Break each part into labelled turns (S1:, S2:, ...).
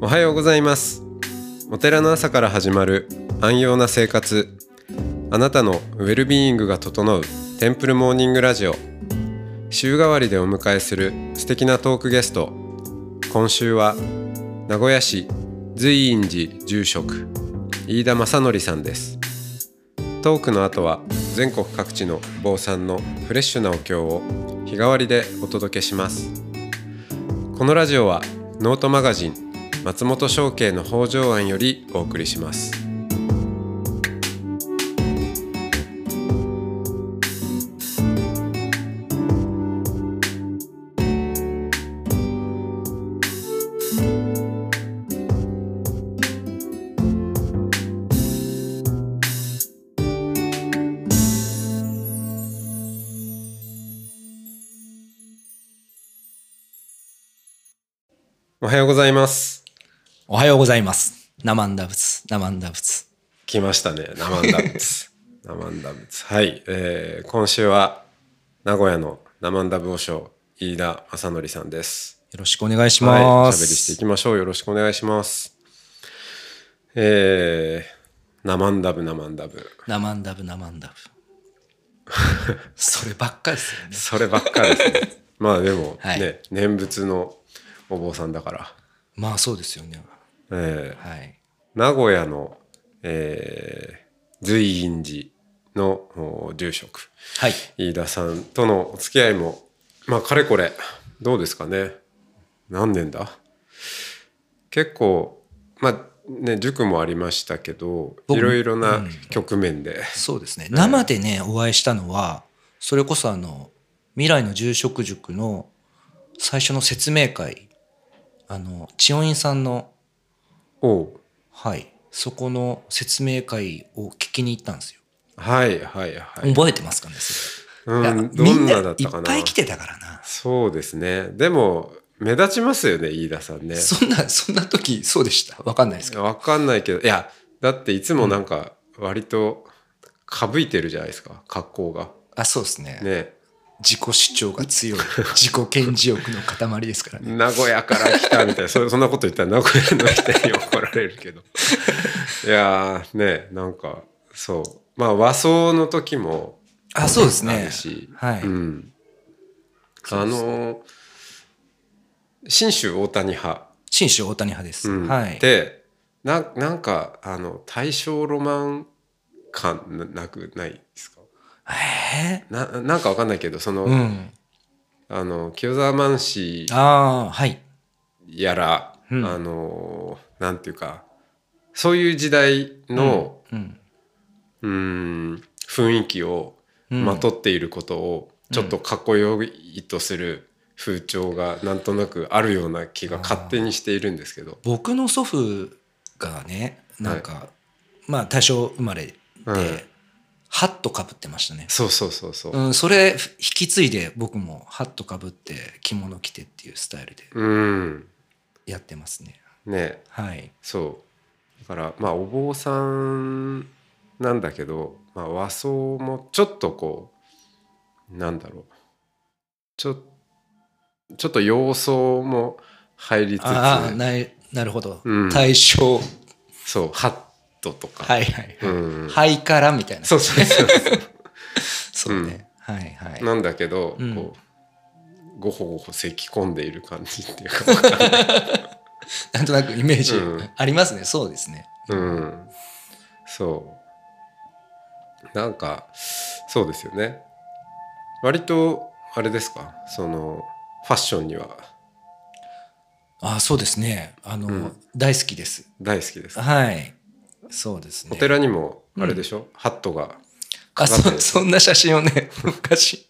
S1: おはようございますお寺の朝から始まる安養な生活あなたのウェルビーイングが整うテンプルモーニングラジオ週替わりでお迎えする素敵なトークゲスト今週は名古屋市随院寺住職飯田正則さんですトークの後は全国各地の坊さんのフレッシュなお経を日替わりでお届けしますこのラジオはノートマガジン松本商家の北条庵よりお送りしますおはようございます
S2: おはようございます。生んだ仏、生んだ仏。
S1: 来ましたね生んだ 仏生んだ仏はい、えー、今週は名古屋の生んだ仏匠飯田正則さんです
S2: よろしくお願いし
S1: はい、
S2: ま
S1: 喋りしてい
S2: す。
S1: きましょう。よろしくお願いします。えー、ナマンダブナマンダブ。
S2: 生んだ仏、生んだ 仏。そればっかりですよね。
S1: そればっかりですね。 まあでもね、
S2: はい
S1: 念仏のお坊さんだから。
S2: まあそうですよね。
S1: えー
S2: はい。
S1: 名古屋の、えー、随院寺のお住職、
S2: はい。
S1: 飯田さんとのお付き合いも、まあかれこれ、どうですかね。何年だ結構、まあね、塾もありましたけど、い
S2: 僕
S1: ろいろな局面で、
S2: そうですね。生でね、お会いしたのは、それこそあの、未来の住職塾の最初の説明会、あの、千代院さんの、
S1: おう
S2: はい、そこの説明会を聞きに行ったんですよ。
S1: はいはいはい。
S2: 覚えてますかねそれ
S1: う
S2: いや
S1: ん、ど
S2: み
S1: ん
S2: ん
S1: な
S2: な
S1: だっ
S2: い
S1: たか
S2: っ
S1: な
S2: ぱい来てたからな。
S1: そうですね。でも、目立ちますよね、飯田さんね。
S2: そんな、そんな時、そうでした。わかんないですけど。
S1: わかんないけど、いや、だっていつもなんか、割と、かぶいてるじゃないですか、格好が。
S2: あ、そうですね。
S1: ね。
S2: 自己主張が強い。自己顕示欲の塊ですからね。
S1: 名古屋から来たみたいなそそんなこと言ったら名古屋の人に怒られるけどいやーねなんかそうまあ和装の時も
S2: あ、そうです
S1: ある
S2: ね。
S1: し、
S2: はい。
S1: うん、
S2: そ
S1: あ
S2: うです
S1: の信州大谷派、
S2: 新州大谷派です。
S1: うん
S2: はい。
S1: でななんかあの大正ロマン感ななくないですか
S2: え
S1: ななんかわかんないけどその,、
S2: ーうん。
S1: あの清沢満氏
S2: ああー、はい。
S1: やら、
S2: うん
S1: あのーなんていうかそういう時代の、
S2: うん。
S1: うーん、雰囲気を
S2: うん
S1: まとっていることをちょっとかっこよいとする風潮がなんとなくあるような気が勝手にしているんですけど、
S2: 僕の祖父がね、なんか、まあ、大正生まれで、
S1: うん
S2: ハットかぶってましたね。
S1: そうそうそうそう
S2: う。ん、それ、引き継いで僕もハットかぶって着物着てっていうスタイルで
S1: うん、
S2: やってますね。
S1: ね
S2: はい。
S1: そうだからまあお坊さんなんだけど、まあ、和装もちょっとこうなんだろうちょちょっと様相も入りつつ
S2: ああ、ななるほど。
S1: うん
S2: 対象。
S1: そうハットとか、
S2: はいはい。
S1: うん
S2: ハイカラみたいな。
S1: そうそうそう
S2: そうね。はいはい。
S1: なんだけど、
S2: うん
S1: こうごほごほ咳き込んでいる感じっていうかわかんない
S2: なんとなくイメージ
S1: うん
S2: ありますね。そうですね。
S1: うんそうなんかそうですよね割とあれですかそのファッションには
S2: ああ、そうですね。あの、
S1: うん
S2: 大好きです。
S1: 大好きです、
S2: はい。そうですね。
S1: お寺にもあれでしょ、ハットが
S2: あ
S1: 飾ってる
S2: そ、そんな写真をね、 昔。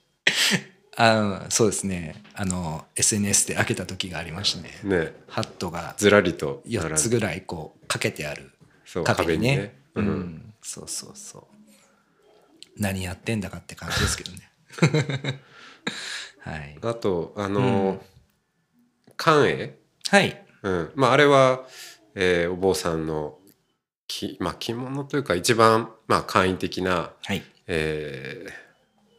S2: あのそうですね。あの、SNS で開けた時がありましたね。
S1: ね
S2: ハットが
S1: ずらりと並ん
S2: 4つぐらいこうかけてある
S1: そう
S2: 壁
S1: 壁
S2: に
S1: に
S2: ね
S1: ね、
S2: う、
S1: うんん、
S2: そうそうそう何やってんだかって感じですけどね はい
S1: あとあの、寛永
S2: はい
S1: うん、まああれは、えーお坊さんのき、まあ、着物というか一番、まあ、簡易的な、
S2: はい
S1: え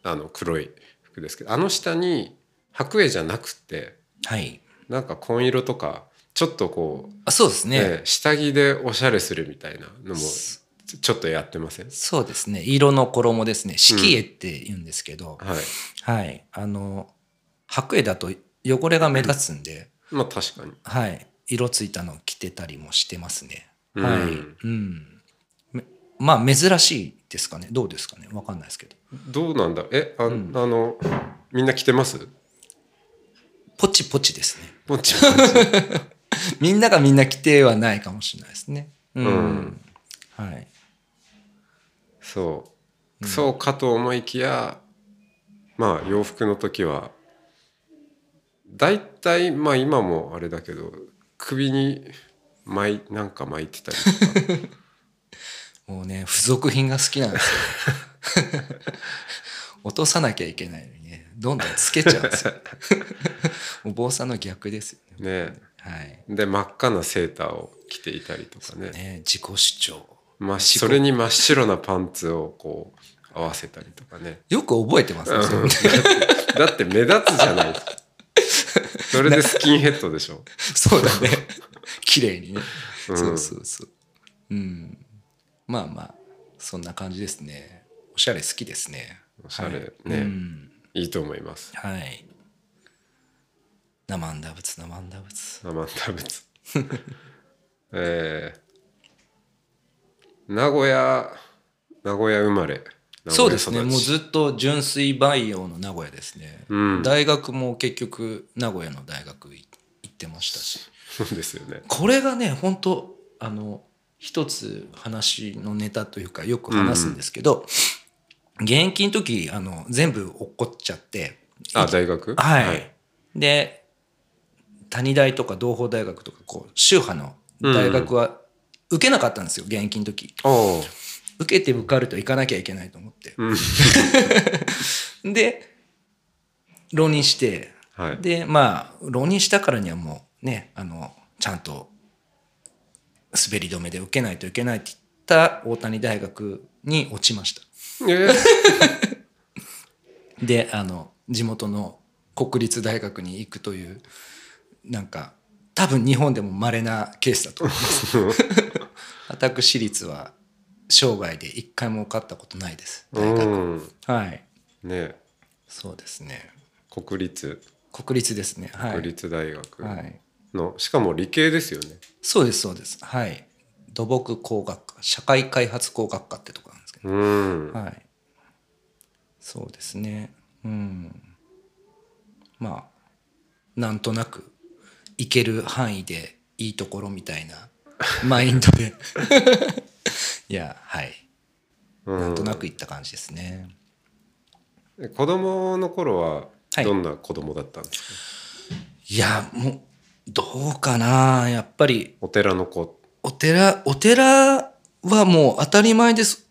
S1: ーあの黒い服ですけどあの下に白衣じゃなくて
S2: はい
S1: なんか紺色とかちょっとこう、
S2: あそうですね
S1: ええ下着でおしゃれするみたいなのもちょっとやってません
S2: そうですね色の衣ですね色絵って言うんですけど、
S1: はい
S2: はいあの白衣だと汚れが目立つんで、
S1: まあ確かに
S2: はい色ついたのを着てたりもしてますね、
S1: うん
S2: はい、うん、めまあ珍しいですかねどうですかねわかんないですけど
S1: どうなんだえあ,、
S2: ん
S1: あのみんな着てます
S2: ポチポチですね
S1: もっちゃんたち
S2: みんながみんな着てはないかもしれないですねうん、
S1: うん
S2: はい
S1: そう、そうかと思いきやまあ洋服の時はだいたいまあ今もあれだけど首に巻いなんか巻いてたりとか
S2: もうね付属品が好きなんですよ 落とさなきゃいけないのにねどんどんつけちゃう んですよお坊さんの逆ですよね
S1: ね
S2: はい
S1: で真っ赤なセーターを着ていたりとかね
S2: ね自己主張
S1: まあ、それに真っ白なパンツをこう合わせたりとかね。
S2: よく覚えてますねそれ
S1: だって目立つじゃないですか。それでスキンヘッドでしょ。
S2: そうだね。綺麗にね。
S1: うん
S2: そうそうそう。うん。まあまあ、そんな感じですね。おしゃれ好きですね。
S1: おしゃれ
S2: はい、う
S1: ね、
S2: ん。
S1: いいと思います。
S2: はい。生んだ仏、生んだ仏。
S1: アマンダ仏。 えー、名古屋、名古屋生まれ。名古屋育ち
S2: そうですね。もうずっと純粋培養の名古屋ですね。
S1: うん
S2: 大学も結局、名古屋の大学い行ってましたし。
S1: そうですよね。
S2: これがね本当あの一つ話のネタというかよく話すんですけど、現役の時あの全部落っこっちゃって
S1: あ、大学
S2: はい、。で谷大とか同胞大学とかこう宗派の大学は受けなかったんですよ、現役の時
S1: おう
S2: 受けて受かると行かなきゃいけないと思って、
S1: うん。
S2: で浪人して
S1: はい。
S2: でまあ浪人したからにはもうねあのちゃんと滑り止めで受けないといけないって言った大谷大学に落ちました
S1: え
S2: であの地元の国立大学に行くというなんか多分日本でも稀なケースだと思います 私立は生涯で一回も受かったことないです
S1: ー、
S2: 大 学
S1: うん。
S2: はい
S1: ね
S2: そうですね
S1: 国立、
S2: 国立ですねはい
S1: 国立大学。
S2: はい
S1: のしかも理系ですよね。
S2: そうですそうですはい土木工学科社会開発工学科ってとこなんですけど、
S1: うん。
S2: はいそうですねうんまあなんとなく行ける範囲でいいところみたいなマインドで いやはいなんとなく行った感じですね、
S1: 子供の頃は
S2: はい
S1: どんな子供だったんですか、
S2: いやもうどうかなやっぱり
S1: お寺の子。
S2: お寺お寺はもう当たり前です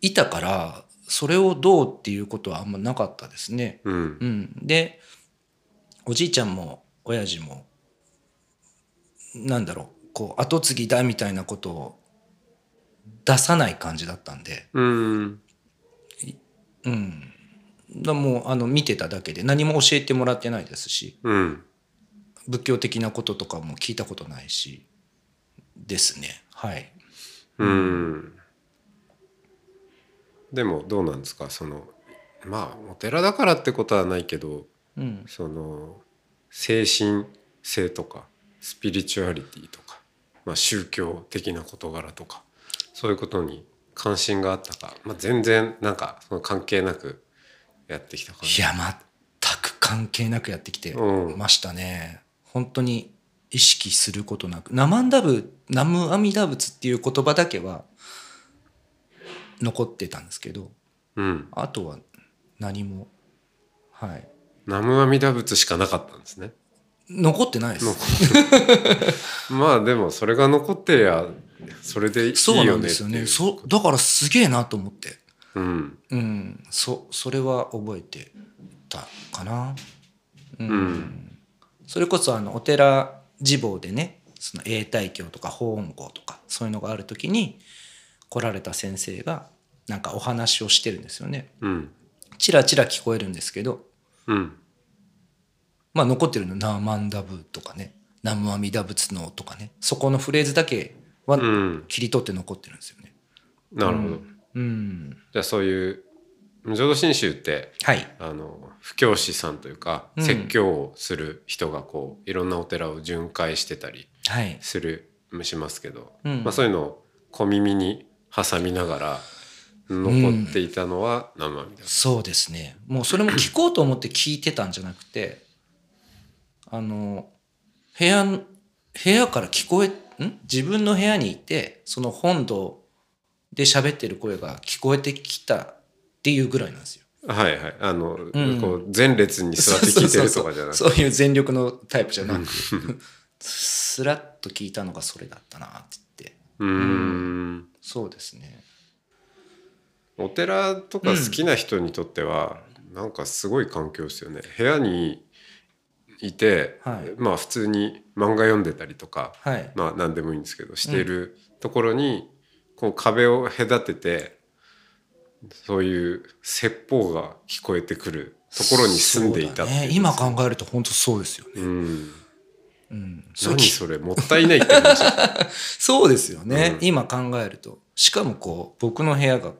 S2: いたからそれをどうっていうことはあんまなかったですね。
S1: うん。
S2: うん、でおじいちゃんも親父もなんだろうこう後継ぎだみたいなことを出さない感じだったんで、
S1: うん。
S2: うん、だもうあの見てただけで何も教えてもらってないですし
S1: うん。
S2: 仏教的なこととかも聞いたことないしですねはい。
S1: うん。でもどうなんですかそのまあお寺だからってことはないけど
S2: うん
S1: その精神性とかスピリチュアリティとか、まあ、宗教的な事柄とかそういうことに関心があったか、まあ、全然なんかその関係なくやってきた感
S2: い
S1: じ。
S2: や、全く関係なくやってきて
S1: うん
S2: ましたね。本当に意識することなく。ナマンダブ、ナムアミダ仏っていう言葉だけは残ってたんですけど、
S1: うん。
S2: あとは何も、はい。
S1: ナムアミダ仏しかなかったんですね。
S2: 残ってないです。
S1: まあでもそれが残ってりゃそれでいいよねっていう。
S2: そうなんですよね。そう、だからすげえなと思って。
S1: うん。
S2: うん、そ、それは覚えてたかな。
S1: うん。
S2: それこそあのお寺寺坊でねその永代経とか法音経とかそういうのがある時に来られた先生がなんかお話をしてるんですよね
S1: うん。
S2: チラチラ聞こえるんですけど
S1: うん。
S2: まあ残ってるの「ナーマンダブ」とかね「南無阿弥陀仏の」とかねそこのフレーズだけは
S1: うん
S2: 切り取って残ってるんですよね。
S1: なるほど、
S2: うん、
S1: じゃあそういう浄土真宗って
S2: はい
S1: あの布教師さんというか、
S2: うん
S1: 説教をする人がこういろんなお寺を巡回してたり
S2: はい、
S1: するしますけど、
S2: うん
S1: まあ、そういうのを小耳に挟みながら残っていたのは生みたい
S2: そうですねもうそれも聞こうと思って聞いてたんじゃなくてあの部屋の部屋から聞こえん自分の部屋にいてその本堂で喋ってる声が聞こえてきたっていうぐらいなんですよ。
S1: な、はいはいあの、
S2: ん
S1: こう前列に座って聞いてるとかじゃなくて
S2: そうそうそうそういう全力のタイプじゃなくスラッと聞いたのがそれだったなって言って
S1: うーん
S2: そうですね
S1: お寺とか好きな人にとっては、なんかすごい環境ですよね部屋にいて、
S2: はい
S1: まあ普通に漫画読んでたりとか、
S2: はい
S1: まあ何でもいいんですけどしているところに、こう壁を隔ててそういう説法が聞こえてくるところに住んでいた
S2: そう
S1: って
S2: だ
S1: いう
S2: ね、今考えると本当そうですよね、
S1: うん、
S2: うん、そう
S1: 何
S2: き
S1: それもったいないって 話
S2: そうですよね、
S1: うん
S2: 今考えるとしかもこう僕の部屋が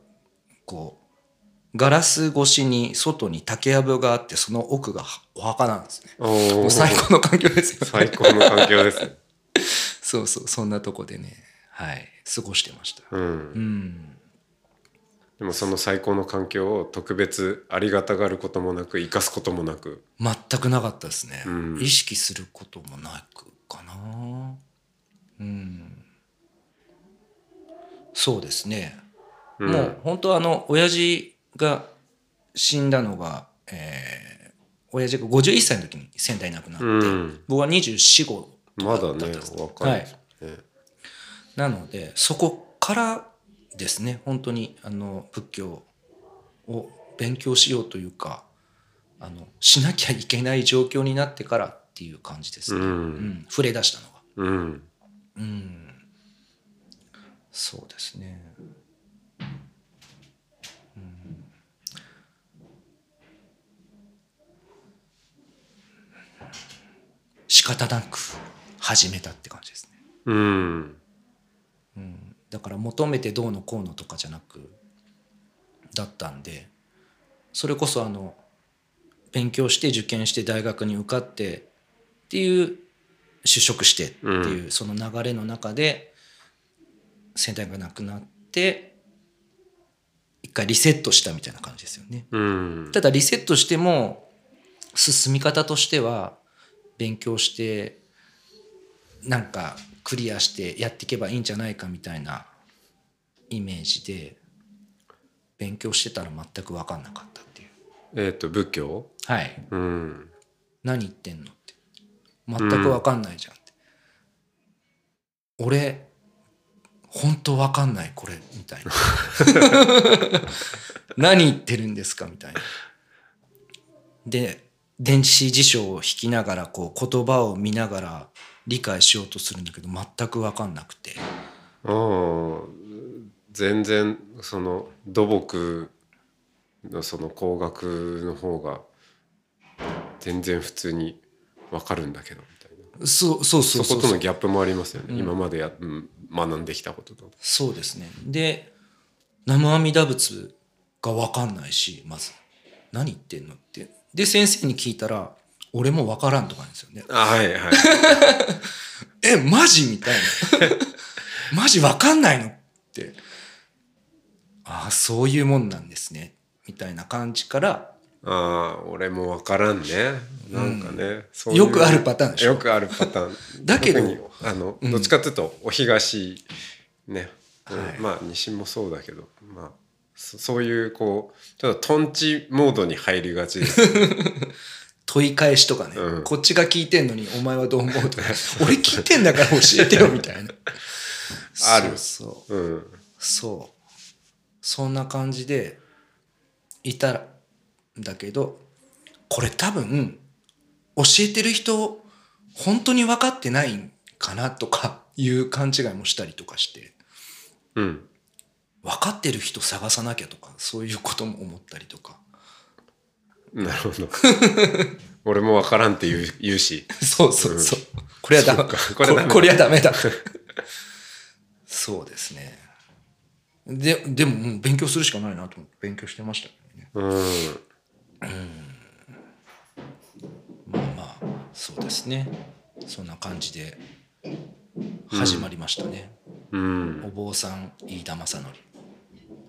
S2: こうガラス越しに外に竹やぶがあってその奥がお墓なんですね
S1: おー
S2: もう最高の環境ですよね
S1: 最高の環境ですね、
S2: そうそうそんなとこでねはい過ごしてました
S1: うん
S2: うん
S1: でもその最高の環境を特別ありがたがることもなく生かすこともなく
S2: 全くなかったですね、
S1: うん
S2: 意識することもなくかなうんそうですね、
S1: うん
S2: もう本当あの親父が死んだのが、えー、親父が51歳の時に仙台亡くなって、
S1: うん
S2: 僕は245
S1: まだね若いですね、
S2: なのでそこからですね本当にあの仏教を勉強しようというかあのしなきゃいけない状況になってからっていう感じですね、
S1: う
S2: うんん触れ出したのが
S1: うん
S2: うんそうですね、うん、仕方なく始めたって感じですね
S1: うん
S2: だから求めてどうのこうのとかじゃなくだったんでそれこそあの勉強して受験して大学に受かってっていう就職してっていう、その流れの中で先代が亡くなって一回リセットしたみたいな感じですよね。
S1: うん
S2: ただリセットしても進み方としては勉強してなんかクリアしてやっていけばいいんじゃないかみたいなイメージで勉強してたら全く分かんなかったっていう
S1: えっ、と仏教
S2: はい
S1: うん
S2: 何言ってんのって全く分かんないじゃんって、俺本当分かんないこれみたいな 何言ってるんですかみたいなで電子辞書を引きながらこう言葉を見ながら理解しようとするんだけど全く分かんなくて
S1: ああ全然その土木のその工学の方が全然普通にわかるんだけどみたいな
S2: そうそうそ
S1: そ
S2: うそ
S1: こ
S2: う
S1: と
S2: そ
S1: の
S2: う
S1: ギャップもありますよね、今までやうん学んできたことと。
S2: そうですねで生阿弥陀仏が分かんないしまず何言ってんのってで先生に聞いたら俺も分からんとかなんですよね
S1: あはいはい。
S2: えマジみたいな マジ分かんないのってああそういうもんなんですねみたいな感じから
S1: ああ、俺もわからんね。なんかね、そ
S2: よくあるパターンでしょ
S1: よくあるパターン。
S2: だけど
S1: 特にあの、どっちかというと、お東、ね、うん
S2: はい
S1: まあ、西もそうだけど、まあ、そそういう、こう、ちょっとトンチモードに入りがちです よね。
S2: 問い返しとかね、
S1: うん
S2: こっちが聞いてんのにお前はどう思うとか俺聞いてんだから教えてよみたいな
S1: ある
S2: そうそう
S1: うん。
S2: そうそんな感じでいたんだけどこれ多分教えてる人本当に分かってないんかなとかいう勘違いもしたりとかして
S1: うん。
S2: 分かってる人探さな きゃとかそういうことも思ったりとか
S1: なるほど。俺もわからんって言う言うし
S2: そうそうそう。これはダメ。
S1: そうか
S2: こ
S1: これはダメだ
S2: これはダメだ。そうですね。で、でも、もう勉強するしかないなと思って勉強してましたけどね。
S1: うん
S2: まあまあ、そうですね。そんな感じで始まりましたね。
S1: うん
S2: お坊さん、飯田正則。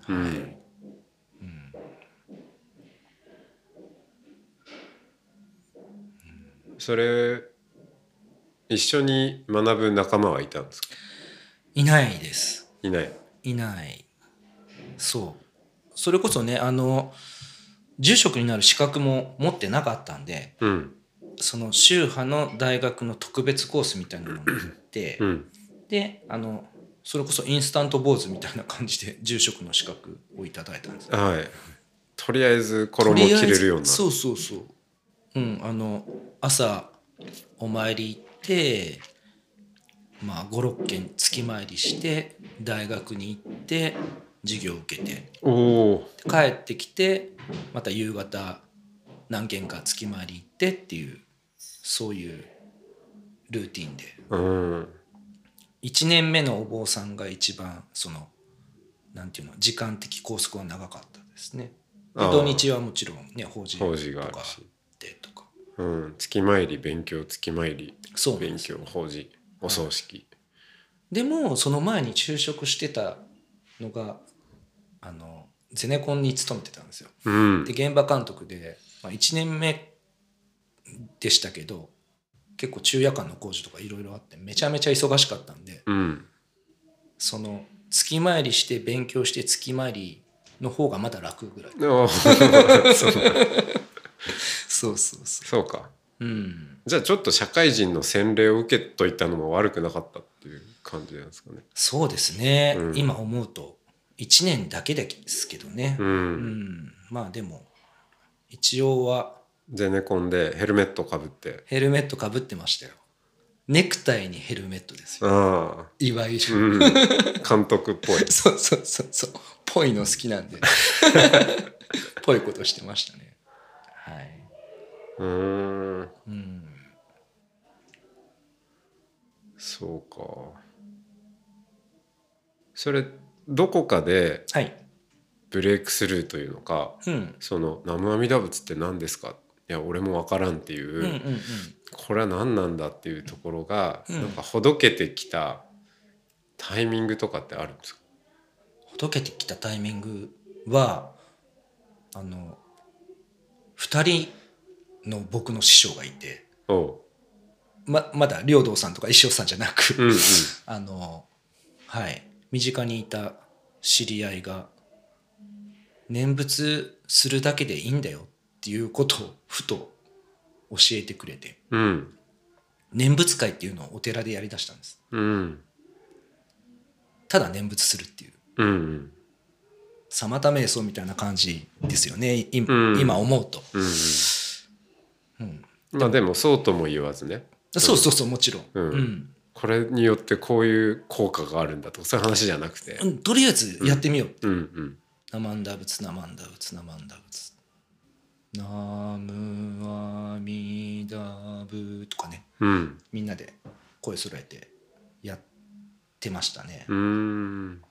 S1: うんそれ一緒に学ぶ仲間はいたんですか
S2: いないです。
S1: いない
S2: いないそうそれこそねあの住職になる資格も持ってなかったんで
S1: うん
S2: その宗派の大学の特別コースみたいなのに行って、
S1: うん
S2: であのそれこそインスタント坊主みたいな感じで住職の資格をいただいたんですよ
S1: はいとりあえず衣を着れるようにな
S2: とりあえずそうそうそううんあの朝お参り行ってまあ56軒月参りして大学に行って授業を受けて
S1: おお
S2: 帰ってきてまた夕方何軒か月回り行ってっていうそういうルーティンで
S1: うん
S2: 1年目のお坊さんが一番そのなんていうの時間的拘束は長かったですねで
S1: あー
S2: 土日はもちろんね法事と
S1: 法事があ
S2: か
S1: るし
S2: でとか
S1: うん月参り勉強月参り
S2: そうなん
S1: 勉
S2: です
S1: 強法事お葬式
S2: でもその前に就職してたのがあのゼネコンに勤めてたんですよ
S1: うん
S2: で現場監督で、まあ、1年目でしたけど結構昼夜間の工事とかいろいろあってめちゃめちゃ忙しかったんで
S1: うん
S2: その月参りして勉強して月参りの方がまだ楽ぐらい
S1: あー そう
S2: そうそうそ
S1: そうか
S2: ううん
S1: じゃあちょっと社会人の洗礼を受けといたのも悪くなかったっていう感じなんですかね
S2: そうですね、
S1: うん
S2: 今思うと1年だけですけどね
S1: う
S2: うんんまあでも一応は
S1: ゼネコンでヘルメットかぶって
S2: ヘルメットかぶってましたよネクタイにヘルメットですよ
S1: ああ
S2: いわゆる
S1: うん監督っぽい
S2: そうそうそうそう。ぽいの好きなんで。ぽいことしてましたね。はい。
S1: うーん
S2: うん。
S1: そうかそれどこかで
S2: はい。
S1: ブレイクスルーというのか
S2: うん。
S1: その「南無阿弥陀仏って何ですか?」いや俺も分からんっていう、
S2: うんうんうん。
S1: これは何なんだっていうところが、
S2: うん
S1: なんかほどけてきたタイミングとかってあるんですか
S2: ほどけてきたタイミングは、あの、二人の僕の師匠がいて、
S1: おう
S2: ま、まだ領道さんとか石尾さんじゃなく、
S1: うんうん
S2: あの、はい。身近にいた知り合いが、念仏するだけでいいんだよっていうことをふと教えてくれて、
S1: うん
S2: 念仏会っていうのをお寺でやりだしたんです。
S1: うん
S2: ただ念仏するっていう。
S1: うんうん
S2: 妨瞑想みたいな感じですよね。い
S1: うん
S2: 今思うと。
S1: うん
S2: うん
S1: まあでもそうとも言わずね
S2: そうそうそう、もちろん。
S1: うん
S2: うん
S1: これによってこういう効果があるんだとかそういう話じゃなくて
S2: うんとりあえずやってみよう。
S1: うんうん
S2: ナマンダ仏ナマンダ仏ナマンダ仏ナムアミダブとかね
S1: うん
S2: みんなで声揃えてやってましたね、
S1: うーん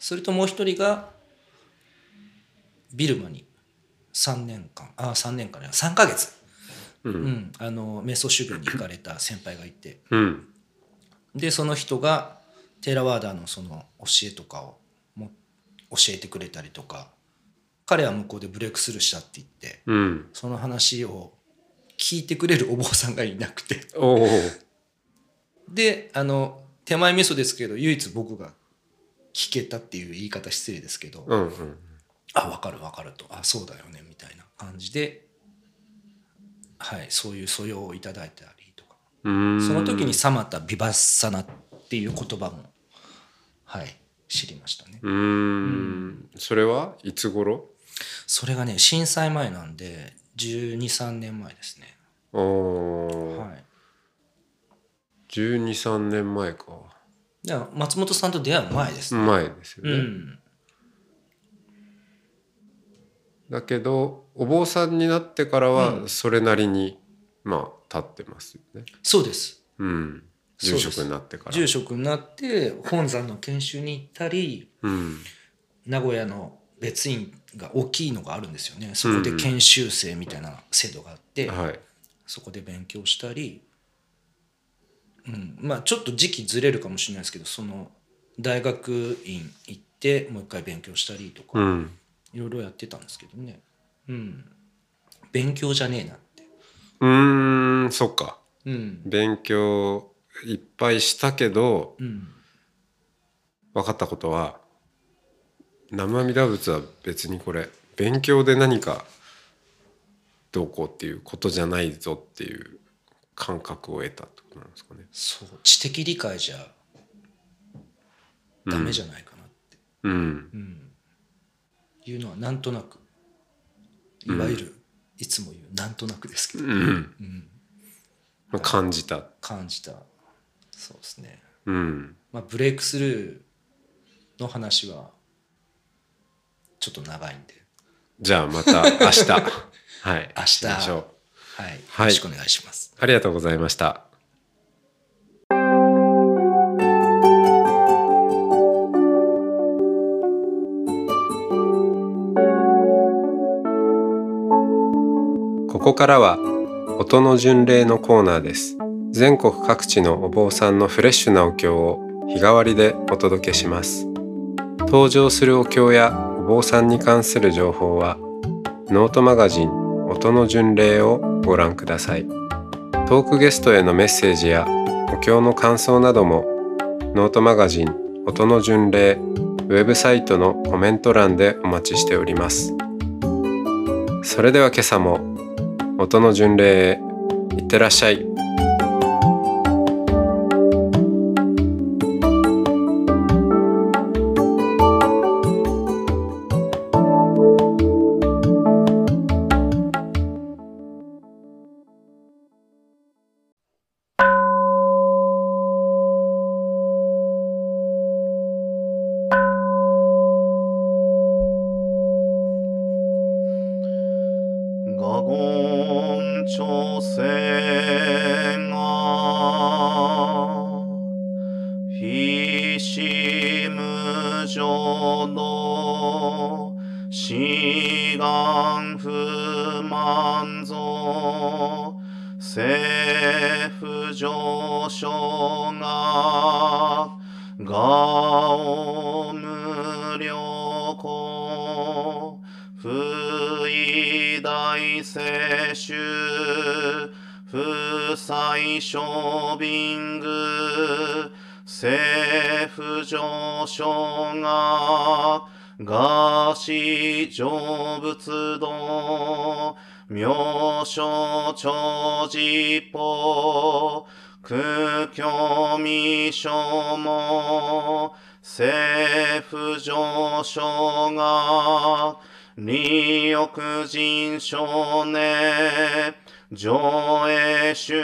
S2: それともう一人がビルマに3年間あ3年間ね3ヶ月、
S1: う
S2: うんん、あの瞑想修行に行かれた先輩がいて
S1: うん
S2: でその人がテーラワーダーのその教えとかをも教えてくれたりとか彼は向こうでブレイクスルーしたって言って
S1: うん
S2: その話を聞いてくれるお坊さんがいなくて
S1: おお
S2: であの手前味噌ですけど唯一僕が聞けたっていう言い方失礼ですけど、
S1: うんうん
S2: あ分かる分かるとあそうだよねみたいな感じではいそういう素養をいただいたりとか
S1: うーん
S2: その時にサマタ・ビバッサナっていう言葉もはい知りましたね
S1: うーんそれはいつ頃
S2: それがね震災前なんで123年前ですね
S1: おお、
S2: はい
S1: 1 2 3年前か
S2: だから松本さんと出会う前ですね
S1: 前ですよ
S2: う
S1: ね、
S2: ん
S1: だけどお坊さんになってから
S2: う
S1: は
S2: ん
S1: それなりに、まあ立ってますよね。
S2: そうです
S1: うん、
S2: そうで
S1: 住
S2: す
S1: 職になってから。
S2: 住職になって本山の研修に行ったり
S1: うん
S2: 名古屋の別院が大きいのがあるんですよねそこで研修生みたいな制度があって、
S1: はい、
S2: そこで勉強したり、うん、まあちょっと時期ずれるかもしれないですけどその大学院行ってもう一回勉強したりとか、
S1: うん、
S2: いろいろやってたんですけどね、うん、勉強じゃねえなって、
S1: うーんそっか
S2: うん
S1: 勉強いっぱいしたけど
S2: うん、
S1: 分かったことは生阿弥陀仏は別にこれ勉強で何かどうこうっていうことじゃないぞっていう感覚を得たってことなんですかね。
S2: そう知的理解じゃダメじゃないかなって、
S1: うん
S2: うんいうのはなんとなくいわゆる、いつも言うなんとなくですけど、
S1: うん
S2: うん
S1: まあ、感じた、
S2: 感じたそうですね
S1: うん、
S2: まあ、ブレイクスルーの話はちょっと長いんで、
S1: じゃあまた明日 はい
S2: 明日
S1: しましょう
S2: はい、
S1: はい
S2: よろしくお願いします。
S1: ありがとうございました。ここからは音の巡礼のコーナーです。全国各地のお坊さんのフレッシュなお経を日替わりでお届けします。登場するお経やお坊さんに関する情報はノートマガジン音の巡礼をご覧ください。トークゲストへのメッセージやお経の感想などもノートマガジン音の巡礼ウェブサイトのコメント欄でお待ちしておりますそれでは今朝も音の巡礼へいってらっしゃい
S3: 我言朝鮮が非し無常の志願不満ぞ政府上昇が我を無良好不意大世襲不再小便具政府上昇ががし成仏道妙所長寺法苦境未消も政府上昇が利欲人少年上映修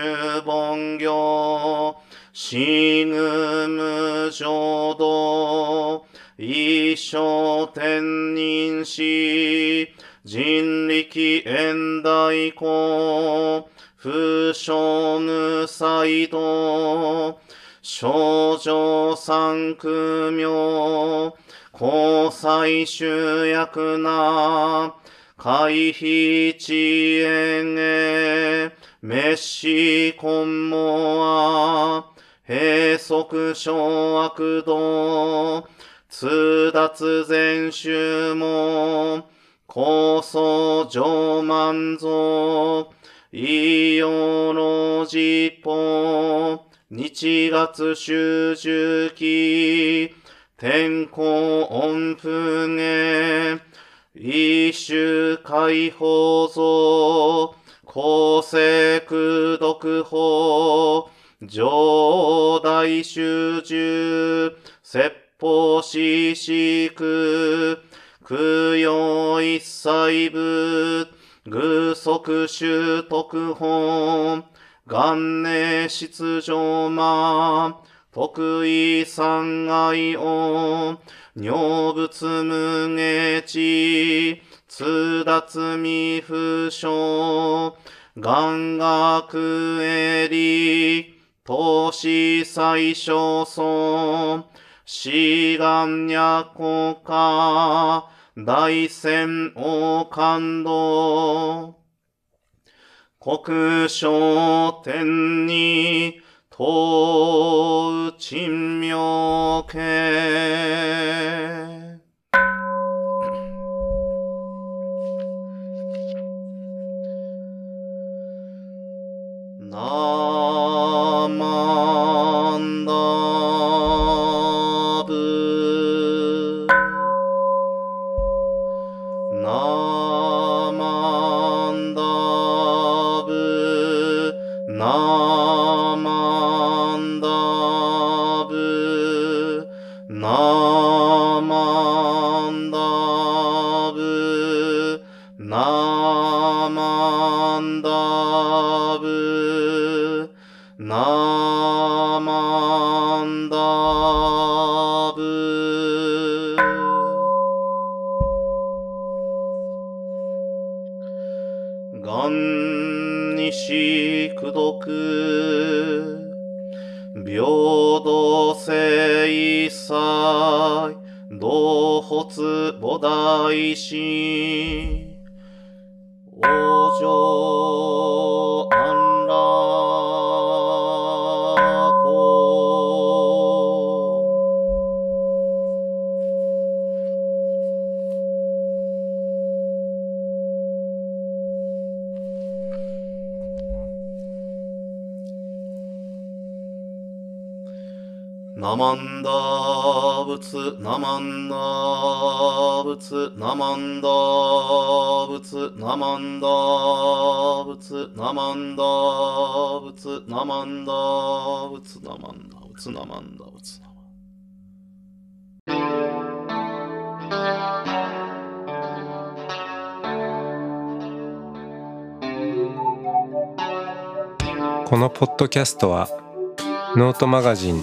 S3: 盆行死ぬ無浄道一生転任し人力縁大公不祥無才道少女三苦妙交際主役な回避地縁へメッシコンモア閉塞小悪道通達全集も高層上満蔵異様の実法日月修十期天候音符へ一種解放像公正苦毒法上大修十説法四四苦供養一切部具足修徳本元年出場魔得意三愛音尿仏無下地通脱未不詳、願学えり、投資最小層、志願若古家、大戦王感動。国商天に、東珍妙家。ナマンダブナマンダブナマンダブナマンダブナマンダブナマンダブがんにしくどく平等性一切同発菩提心往生安楽ナマンダ仏、ナマンダ仏、ナマンダ仏、ナマンダ仏、ナマンダ仏、ナマンダ仏、ナマンダ仏、ナマンダ仏。
S1: このポッドキャストはノートマガジン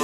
S1: う